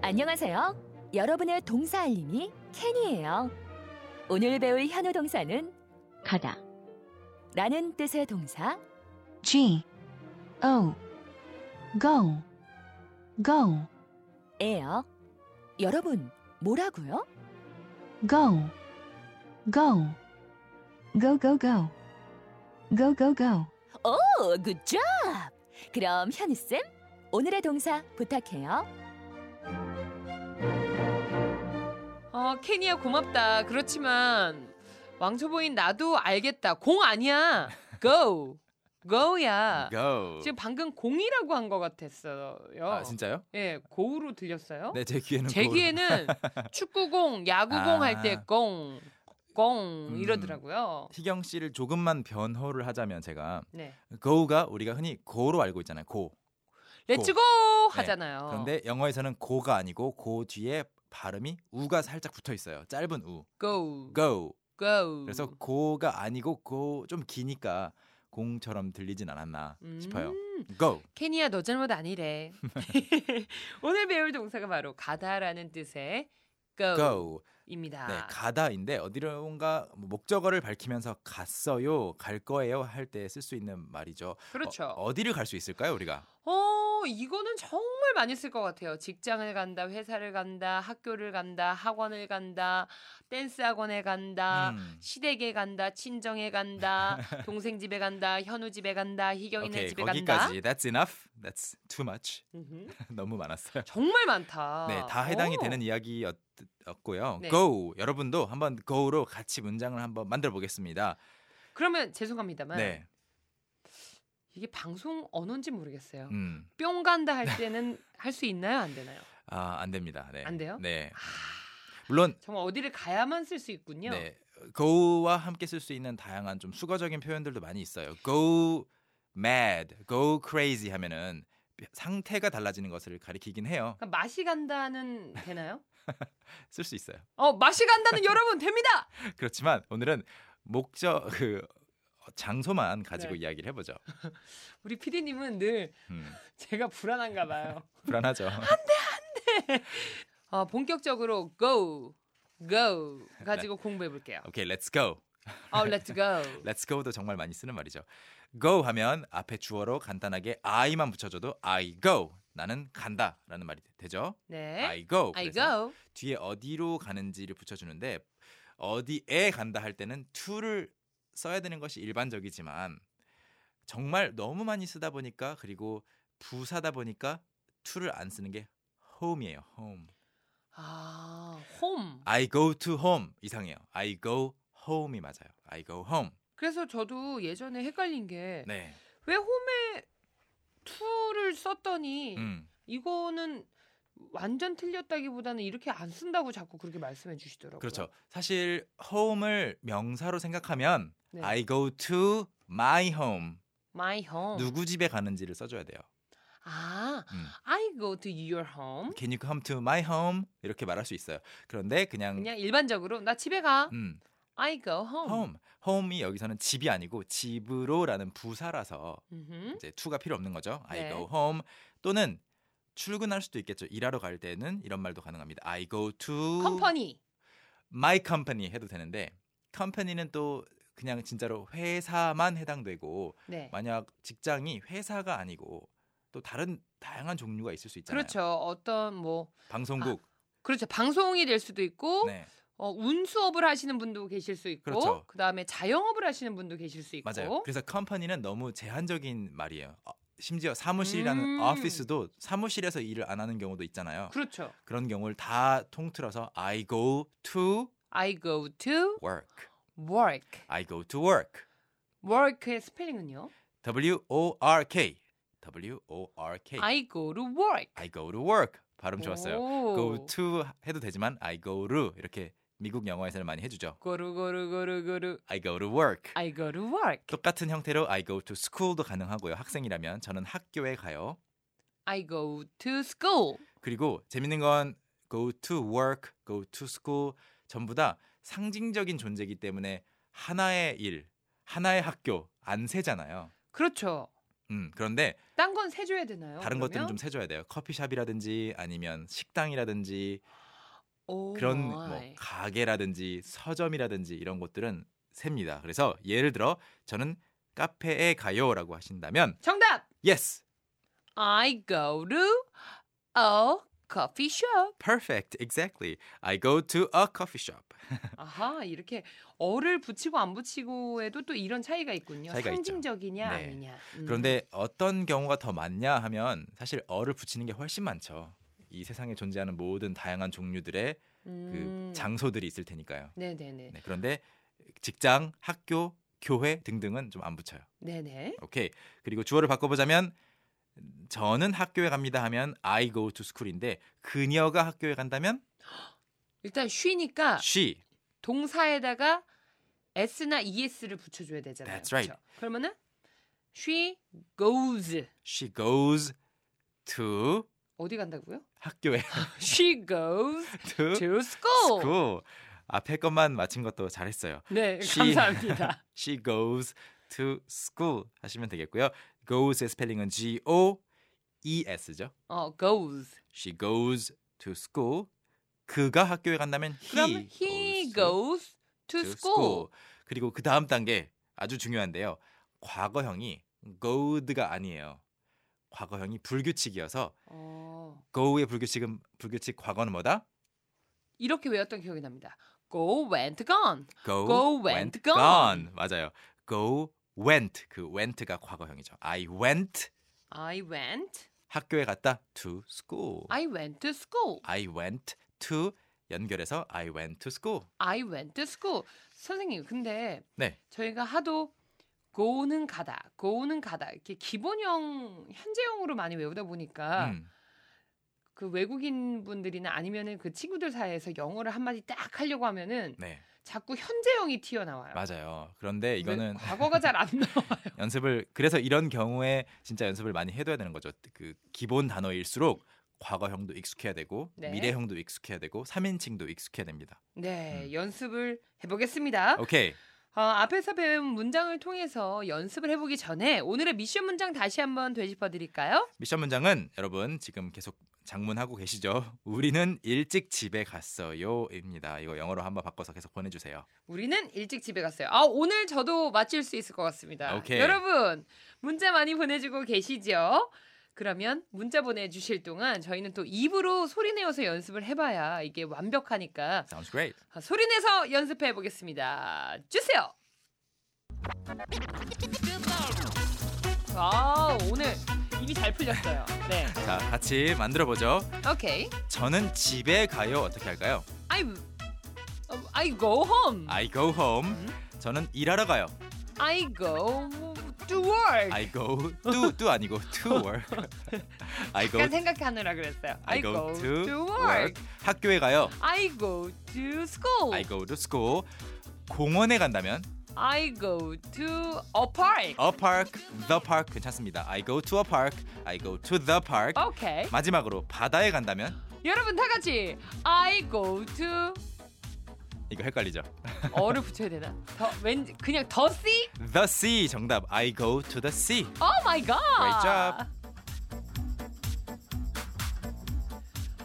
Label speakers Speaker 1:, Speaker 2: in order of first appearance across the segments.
Speaker 1: 안녕하세요. 여러분의 동사 알림이 캔이에요. 오늘 배울 현우 동사는
Speaker 2: 가다
Speaker 1: 라는 뜻의 동사
Speaker 2: G O go go
Speaker 1: 에요. 여러분, 뭐라고요?
Speaker 2: go go go go go go go go
Speaker 1: 오, 굿잡! 그럼 현우쌤, 오늘의 동사 부탁해요.
Speaker 3: 어, 케니야 고맙다. 그렇지만 왕초보인 나도 알겠다. 공 아니야. go. go야.
Speaker 4: go.
Speaker 3: 지금 방금 공이라고 한 것 같았어요.
Speaker 4: 아 진짜요?
Speaker 3: 예, 고우로 들렸어요?
Speaker 4: 네 제 귀에는
Speaker 3: 제
Speaker 4: go.
Speaker 3: 귀에는 축구공, 야구공
Speaker 4: 아.
Speaker 3: 할 때 공, 공
Speaker 4: 음.
Speaker 3: 이러더라고요.
Speaker 4: 희경 씨를 조금만 변호를 하자면 제가
Speaker 3: 네,
Speaker 4: go가 우리가 흔히 go로 알고 있잖아요. go.
Speaker 3: 렛츠고 하잖아요.
Speaker 4: 네. 그런데 영어에서는 go가 아니고 go 뒤에 발음이 u가 살짝 붙어 있어요. 짧은 u.
Speaker 3: go, go,
Speaker 4: go. 그래서
Speaker 3: 음.
Speaker 4: go가 아니고 go 좀 기니까 공처럼 들리진 않았나 싶어요.
Speaker 3: 음.
Speaker 4: go.
Speaker 3: 케니야 너 잘못 아니래. 오늘 배울 동사가 바로 가다라는 뜻의 go,
Speaker 4: go.
Speaker 3: 입니다.
Speaker 4: 네, 가다인데 어디론가 뭐 목적어를 밝히면서 갔어요, 갈 거예요 할 때 쓸 수 있는 말이죠.
Speaker 3: 그렇죠. 어,
Speaker 4: 어, 디를 갈 수 있을까요, 우리가?
Speaker 3: 이거는 정말 많이 쓸 것 같아요. 직장을 간다, 회사를 간다, 학교를 간다, 학원을 간다, 댄스 학원에 간다.
Speaker 4: 음.
Speaker 3: 시댁에 간다, 친정에 간다, 동생 집에 간다, 현우 집에 간다, 희경이네
Speaker 4: 오케이,
Speaker 3: 집에
Speaker 4: 거기까지. That's enough. That's too much.
Speaker 3: 간다.
Speaker 4: 너무 많았어요.
Speaker 3: 정말 많다.
Speaker 4: 네, 다 해당이
Speaker 3: 아, 오.
Speaker 4: 되는 이야기였고요.
Speaker 3: 네.
Speaker 4: go. 여러분도 한번 go로 같이 문장을 한번 만들어 보겠습니다.
Speaker 3: 그러면 죄송합니다만
Speaker 4: 네.
Speaker 3: 이게 방송 언어인지 모르겠어요.
Speaker 4: 음.
Speaker 3: 뿅 간다 할 때는 할 수 있나요? 안 되나요?
Speaker 4: 아, 안 됩니다. 네.
Speaker 3: 안 돼요?
Speaker 4: 네.
Speaker 3: 아,
Speaker 4: 물론
Speaker 3: 정말 어디를 가야만 쓸 수 있군요.
Speaker 4: 네. go와 함께 쓸 수 있는 다양한 좀 수거적인 표현들도 많이 있어요. go mad, go crazy 하면은 상태가 달라지는 것을 가리키긴 해요.
Speaker 3: 그러니까 맛이 간다는 되나요?
Speaker 4: 쓸 수 있어요.
Speaker 3: 어, 맛이 간다는 여러분 됩니다.
Speaker 4: 그렇지만 오늘은 목적 그 장소만 가지고
Speaker 3: 네.
Speaker 4: 이야기를 해보죠.
Speaker 3: 우리 피디님은 늘
Speaker 4: 음,
Speaker 3: 제가 불안한가 봐요.
Speaker 4: 불안하죠.
Speaker 3: 어, 본격적으로 go go 가지고
Speaker 4: 네.
Speaker 3: 공부해 볼게요.
Speaker 4: 오케이, let's go.
Speaker 3: 어, let's go.
Speaker 4: let's go도 정말 많이 쓰는 말이죠. go 하면 앞에 주어로 간단하게 I만 붙여줘도 I go 나는 간다라는 말이 되죠.
Speaker 3: 네.
Speaker 4: I go.
Speaker 3: I
Speaker 4: 그래서
Speaker 3: go.
Speaker 4: 뒤에 어디로 가는지를 붙여주는데 어디에 간다 할 때는 to를 써야 되는 것이 일반적이지만 정말 너무 많이 쓰다 보니까 그리고 부사다 보니까 to를 안 쓰는 게 home이에요. home.
Speaker 3: 아, home.
Speaker 4: I go to home 이상해요. I go home이 맞아요. I go home.
Speaker 3: 그래서 저도 예전에 헷갈린 게 왜
Speaker 4: 네.
Speaker 3: 홈에 to를 썼더니
Speaker 4: 음.
Speaker 3: 이거는 완전 틀렸다기보다는 이렇게 안 쓴다고 자꾸 그렇게 말씀해 주시더라고요.
Speaker 4: 그렇죠. 사실 home을 명사로 생각하면
Speaker 3: 네.
Speaker 4: I go to my home.
Speaker 3: My home.
Speaker 4: 누구 집에 가는지를 써줘야 돼요.
Speaker 3: 아,
Speaker 4: 음.
Speaker 3: I go to your home.
Speaker 4: Can you come to my home? 이렇게 말할 수 있어요. 그런데 그냥,
Speaker 3: 그냥 일반적으로 나 집에 가.
Speaker 4: 음,
Speaker 3: I go home.
Speaker 4: home, home이 여기서는 집이 아니고 집으로라는 부사라서
Speaker 3: 음흠.
Speaker 4: 이제 to가 필요 없는 거죠. I
Speaker 3: 네.
Speaker 4: go home 또는 출근할 수도 있겠죠. 일하러 갈 때는 이런 말도 가능합니다. I go to
Speaker 3: 컴퍼니.
Speaker 4: my company 해도 되는데 company는 또 그냥 진짜로 회사만 해당되고
Speaker 3: 네.
Speaker 4: 만약 직장이 회사가 아니고 또 다른 다양한 종류가 있을 수 있잖아요.
Speaker 3: 그렇죠. 어떤 뭐
Speaker 4: 방송국,
Speaker 3: 그렇죠. 방송이 될 수도 있고
Speaker 4: 네
Speaker 3: 어, 운수업을 하시는 분도 계실 수 있고
Speaker 4: 그렇죠.
Speaker 3: 그다음에 자영업을 하시는 분도 계실 수 있고.
Speaker 4: 맞아요. 그래서 컴퍼니는 너무 제한적인 말이에요. 어, 심지어 사무실이라는
Speaker 3: 음.
Speaker 4: 오피스도 사무실에서 일을 안 하는 경우도 있잖아요.
Speaker 3: 그렇죠.
Speaker 4: 그런 경우를 다 통틀어서 I go to
Speaker 3: I go to
Speaker 4: work.
Speaker 3: work.
Speaker 4: I go to work.
Speaker 3: work의 스펠링은요?
Speaker 4: W O R K. W O R K. I,
Speaker 3: I go to work.
Speaker 4: go to work. 발음 네. 아, 좋았어요.
Speaker 3: 오.
Speaker 4: go to 해도 되지만 I go to 이렇게 미국 영어에서는 많이 해 주죠.
Speaker 3: 고루 고루 고루 고루
Speaker 4: I go to work.
Speaker 3: I go to work.
Speaker 4: 똑같은 형태로 I go to school도 가능하고요. 학생이라면 저는 학교에 가요.
Speaker 3: I go to school.
Speaker 4: 그리고 재밌는 건 go to work, go to school 전부 다 상징적인 존재이기 때문에 하나의 일, 하나의 학교 안 세잖아요.
Speaker 3: 그렇죠.
Speaker 4: 음, 그런데
Speaker 3: 딴 건 세줘야 되나요?
Speaker 4: 다른 것들은
Speaker 3: 어, 그러면?
Speaker 4: 좀 세줘야 돼요. 커피숍이라든지 아니면 식당이라든지
Speaker 3: 오
Speaker 4: 그런 뭐
Speaker 3: 마이.
Speaker 4: 가게라든지 서점이라든지 이런 곳들은 셉니다. 그래서 예를 들어 저는 카페에 가요라고 하신다면
Speaker 3: 정답.
Speaker 4: yes,
Speaker 3: I go to a coffee shop.
Speaker 4: perfect, exactly. I go to a coffee shop.
Speaker 3: 아하 이렇게 어를 붙이고 안 붙이고에도 또 이런 차이가 있군요.
Speaker 4: 차이가 있죠.
Speaker 3: 상징적이냐
Speaker 4: 네.
Speaker 3: 아니냐. 음.
Speaker 4: 그런데 어떤 경우가 더 많냐 하면 사실 어를 붙이는 게 훨씬 많죠. 이 세상에 존재하는 모든 다양한 종류들의 그
Speaker 3: 음.
Speaker 4: 장소들이 있을 테니까요.
Speaker 3: 네네네.
Speaker 4: 네, 그런데 직장, 학교, 교회 등등은 좀 안 붙여요.
Speaker 3: 네네.
Speaker 4: 오케이. 그리고 주어를 바꿔보자면 저는 학교에 갑니다 하면 I go to school인데 그녀가 학교에 간다면
Speaker 3: 일단 쉬니까
Speaker 4: she.
Speaker 3: 동사에다가 s나 es를 붙여줘야 되잖아요.
Speaker 4: That's right.
Speaker 3: 그쵸? 그러면은 she goes
Speaker 4: She goes to
Speaker 3: 어디 간다고요?
Speaker 4: 학교에
Speaker 3: she goes
Speaker 4: to
Speaker 3: to school.
Speaker 4: school. 앞에 것만 맞힌 것도 잘했어요.
Speaker 3: 네
Speaker 4: She-
Speaker 3: 감사합니다.
Speaker 4: She goes to school 하시면 되겠고요. goes의 스펠링은 G O E S죠.
Speaker 3: 어 goes.
Speaker 4: She goes to school. 그가 학교에 간다면
Speaker 3: 그럼
Speaker 4: he,
Speaker 3: he
Speaker 4: goes
Speaker 3: goes to
Speaker 4: to
Speaker 3: school.
Speaker 4: 그리고 그 다음 단계 아주 중요한데요. 과거형이 go'd가 아니에요. 과거형이 불규칙이어서
Speaker 3: 어,
Speaker 4: go의 불규칙은 불규칙 과거는 뭐다?
Speaker 3: 이렇게 외웠던 기억이 납니다. Go went gone.
Speaker 4: go,
Speaker 3: Go went gone.
Speaker 4: 맞아요. go went 그 went가 과거형이죠. I went
Speaker 3: I went.
Speaker 4: 학교에 갔다 to school.
Speaker 3: I went to school.
Speaker 4: I went to 연결해서 I went to school.
Speaker 3: I went to school. 선생님, 근데
Speaker 4: 네.
Speaker 3: 저희가 하도 go는 가다, go는 가다 이렇게 기본형 현재형으로 많이 외우다 보니까
Speaker 4: 음,
Speaker 3: 그 외국인 분들이나 아니면은 그 친구들 사이에서 영어를 한 마디 딱 하려고 하면은
Speaker 4: 네.
Speaker 3: 자꾸 현재형이 튀어나와요.
Speaker 4: 맞아요. 그런데
Speaker 3: 왜-
Speaker 4: 이거는
Speaker 3: 과거가 잘 안 나와요.
Speaker 4: 연습을 그래서 이런 경우에 진짜 연습을 많이 해둬야 되는 거죠. 그 기본 단어일수록 과거형도 익숙해야 되고
Speaker 3: 네.
Speaker 4: 미래형도 익숙해야 되고 3인칭도 익숙해야 됩니다.
Speaker 3: 네,
Speaker 4: 음.
Speaker 3: 연습을 해보겠습니다.
Speaker 4: 오케이.
Speaker 3: 어, 앞에서 배운 문장을 통해서 연습을 해보기 전에 오늘의 미션 문장 다시 한번 되짚어 드릴까요?
Speaker 4: 미션 문장은 여러분 지금 계속 장문하고 계시죠? 우리는 일찍 집에 갔어요입니다. 이거 영어로 한번 바꿔서 계속 보내 주세요.
Speaker 3: 우리는 일찍 집에 갔어요. 아, 오늘 저도 맞힐 수 있을 것 같습니다.
Speaker 4: 오케이.
Speaker 3: 여러분, 문자 많이 보내주고 계시죠? 그러면 문자 보내주실 동안 저희는 또 입으로 소리 내어서 연습을 해봐야 이게 완벽하니까
Speaker 4: Sounds great.
Speaker 3: 아, 소리 내서 연습해 보겠습니다. 주세요. 아, 오늘 입이 잘 풀렸어요. 네.
Speaker 4: 자, 같이 만들어 보죠.
Speaker 3: 오케이.
Speaker 4: 저는 집에 가요. 어떻게 할까요?
Speaker 3: I 어, I go home.
Speaker 4: I go home.
Speaker 3: 음.
Speaker 4: 저는 일하러 가요.
Speaker 3: I go to work.
Speaker 4: I go to to 아니고 to work. I go
Speaker 3: 약간 생각하느라 그랬어요. I, go, to, work.
Speaker 4: 학교에 가요.
Speaker 3: I go to school.
Speaker 4: I go to school. 공원에 간다면
Speaker 3: I go to a park.
Speaker 4: a park, the park 괜찮습니다. I go to a park. I go to the park.
Speaker 3: 오케이.
Speaker 4: 마지막으로 바다에 간다면
Speaker 3: 여러분 다 같이 I go to
Speaker 4: 이거 헷갈리죠.
Speaker 3: 어를 붙여야 되나? 더 왠지 그냥 더 see?
Speaker 4: The sea 정답. I go to the sea.
Speaker 3: Oh my god.
Speaker 4: Great job.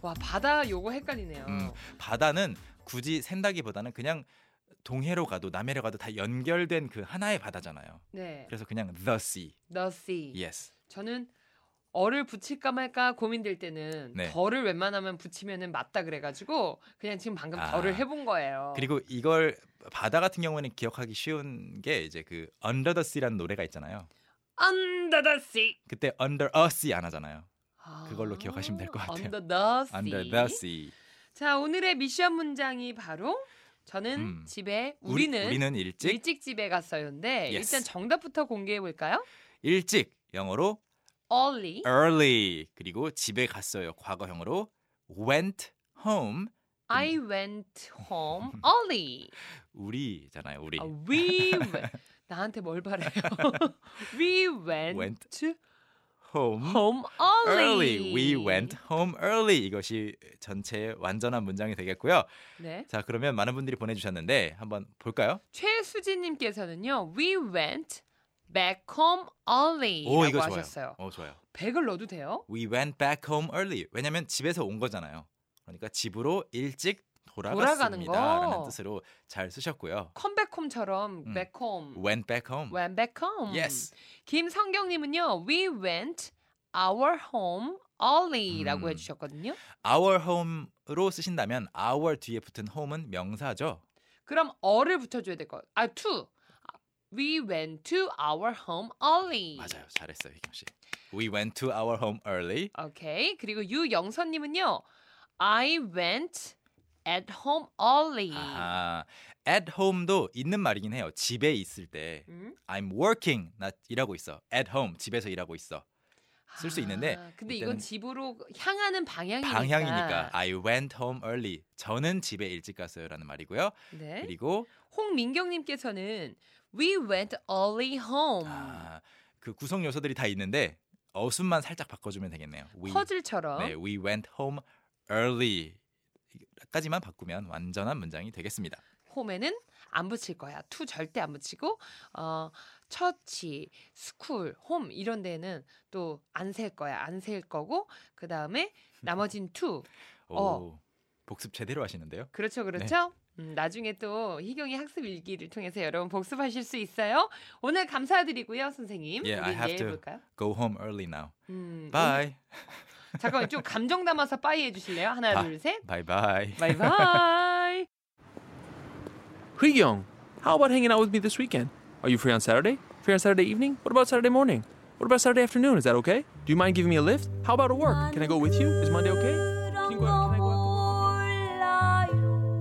Speaker 3: 와 바다 요거 헷갈리네요.
Speaker 4: 음, 바다는 굳이 샌다기보다는 그냥 동해로 가도 남해로 가도 다 연결된 그 하나의 바다잖아요.
Speaker 3: 네.
Speaker 4: 그래서 그냥 the sea.
Speaker 3: The sea.
Speaker 4: Yes.
Speaker 3: 저는 어를 붙일까 말까 고민될 때는
Speaker 4: 네.
Speaker 3: 덜을 웬만하면 붙이면은 맞다 그래가지고 그냥 지금 방금
Speaker 4: 아.
Speaker 3: 덜을 해본 거예요.
Speaker 4: 그리고 이걸 바다 같은 경우에는 기억하기 쉬운 게 이제 그 Under the Sea라는 노래가 있잖아요.
Speaker 3: under the sea.
Speaker 4: 그때 Under a Sea 안 하잖아요.
Speaker 3: 아,
Speaker 4: 그걸로 기억하시면 될것 같아요.
Speaker 3: Under the sea.
Speaker 4: Under the Sea.
Speaker 3: 자 오늘의 미션 문장이 바로 저는
Speaker 4: 음.
Speaker 3: 집에
Speaker 4: 우리-
Speaker 3: 우리는,
Speaker 4: 우리는 일찍
Speaker 3: 일찍 집에 갔어요인데
Speaker 4: Yes.
Speaker 3: 일단 정답부터 공개해 볼까요?
Speaker 4: 일찍 영어로
Speaker 3: Early.
Speaker 4: early 그리고 집에 갔어요 과거형으로 went home
Speaker 3: I
Speaker 4: 음.
Speaker 3: went home early.
Speaker 4: 우리잖아요 우리
Speaker 3: 아, we went. 나한테 뭘 바래요? we went,
Speaker 4: Went
Speaker 3: to
Speaker 4: home
Speaker 3: home early.
Speaker 4: early we went home early 이것이 전체의 완전한 문장이 되겠고요
Speaker 3: 네.
Speaker 4: 자 그러면 많은 분들이 보내주셨는데 한번 볼까요
Speaker 3: 최수진 님께서는요. We went back home
Speaker 4: 오, 이거
Speaker 3: early라고
Speaker 4: 좋아요.
Speaker 3: 하셨어요.
Speaker 4: 어 좋아요.
Speaker 3: 100을 넣어도 돼요?
Speaker 4: We went back home early. 왜냐면 집에서 온 거잖아요. 그러니까 집으로 일찍
Speaker 3: 돌아가는 거.
Speaker 4: 돌아갔습니다라는 뜻으로 잘 쓰셨고요.
Speaker 3: 컴백홈처럼
Speaker 4: 음.
Speaker 3: back home.
Speaker 4: went back home.
Speaker 3: went back home.
Speaker 4: Yes.
Speaker 3: 김성경님은요, we went our home early라고
Speaker 4: 음.
Speaker 3: 해주셨거든요.
Speaker 4: our home로 쓰신다면 our 뒤에 붙은 home은 명사죠.
Speaker 3: 그럼 어를 붙여줘야 될 것. 아, to. We went to our home early.
Speaker 4: 맞아요. 잘했어요, 희경 씨. We went to our home early.
Speaker 3: 오케이. 그리고 유영선님은요, I went at home early.
Speaker 4: 아하. at home도 있는 말이긴 해요. 집에 있을 때
Speaker 3: 음?
Speaker 4: I'm working 나 일하고 있어. at home 집에서 일하고 있어. 쓸수 있는데
Speaker 3: 아, 근데
Speaker 4: 이때는
Speaker 3: 이건 집으로 향하는 방향이니까.
Speaker 4: 방향이니까 아, I went home early. 저는 집에 일찍 갔어요라는 말이고요.
Speaker 3: 네.
Speaker 4: 그리고
Speaker 3: 홍민경님께서는 We went early home.
Speaker 4: 아, 그 구성 요소들이 다 있는데 어순만 살짝 바꿔주면 되겠네요. We,
Speaker 3: 퍼즐처럼.
Speaker 4: 네, we went home early. 까지만 바꾸면 완전한 문장이 되겠습니다.
Speaker 3: 홈에는 안 붙일 거야. 투 절대 안 붙이고 어 처치, 스쿨, 홈 이런 데는 또 안 셀 거야. 안 셀 거고 그다음에 나머진 투.
Speaker 4: 오,
Speaker 3: 어.
Speaker 4: 복습 제대로 하시는데요.
Speaker 3: 그렇죠. 그렇죠? 음, 나중에 또 희경이 학습 일기를 통해서 여러분 복습하실 수 있어요. 오늘 감사드리고요, 선생님.
Speaker 4: Yeah, 예, I
Speaker 3: 우리
Speaker 4: have
Speaker 3: 내일
Speaker 4: to.
Speaker 3: 볼까요?
Speaker 4: Go home early now.
Speaker 3: 음,
Speaker 4: Bye.
Speaker 3: 오늘- 잠깐만 좀 감정 담아서 빠이 해 주실래요? 하나,
Speaker 4: 아.
Speaker 3: 둘, 셋.
Speaker 4: Bye bye.
Speaker 3: 바이바이.
Speaker 5: Hui Young, how about hanging out with me this weekend? Are you free on Saturday? Free on Saturday evening? What about Saturday morning? What about Saturday afternoon? Is that okay? Do you mind giving me a lift? How about a work? Can I go with you? Is Monday okay? Can you go out? Can I go out?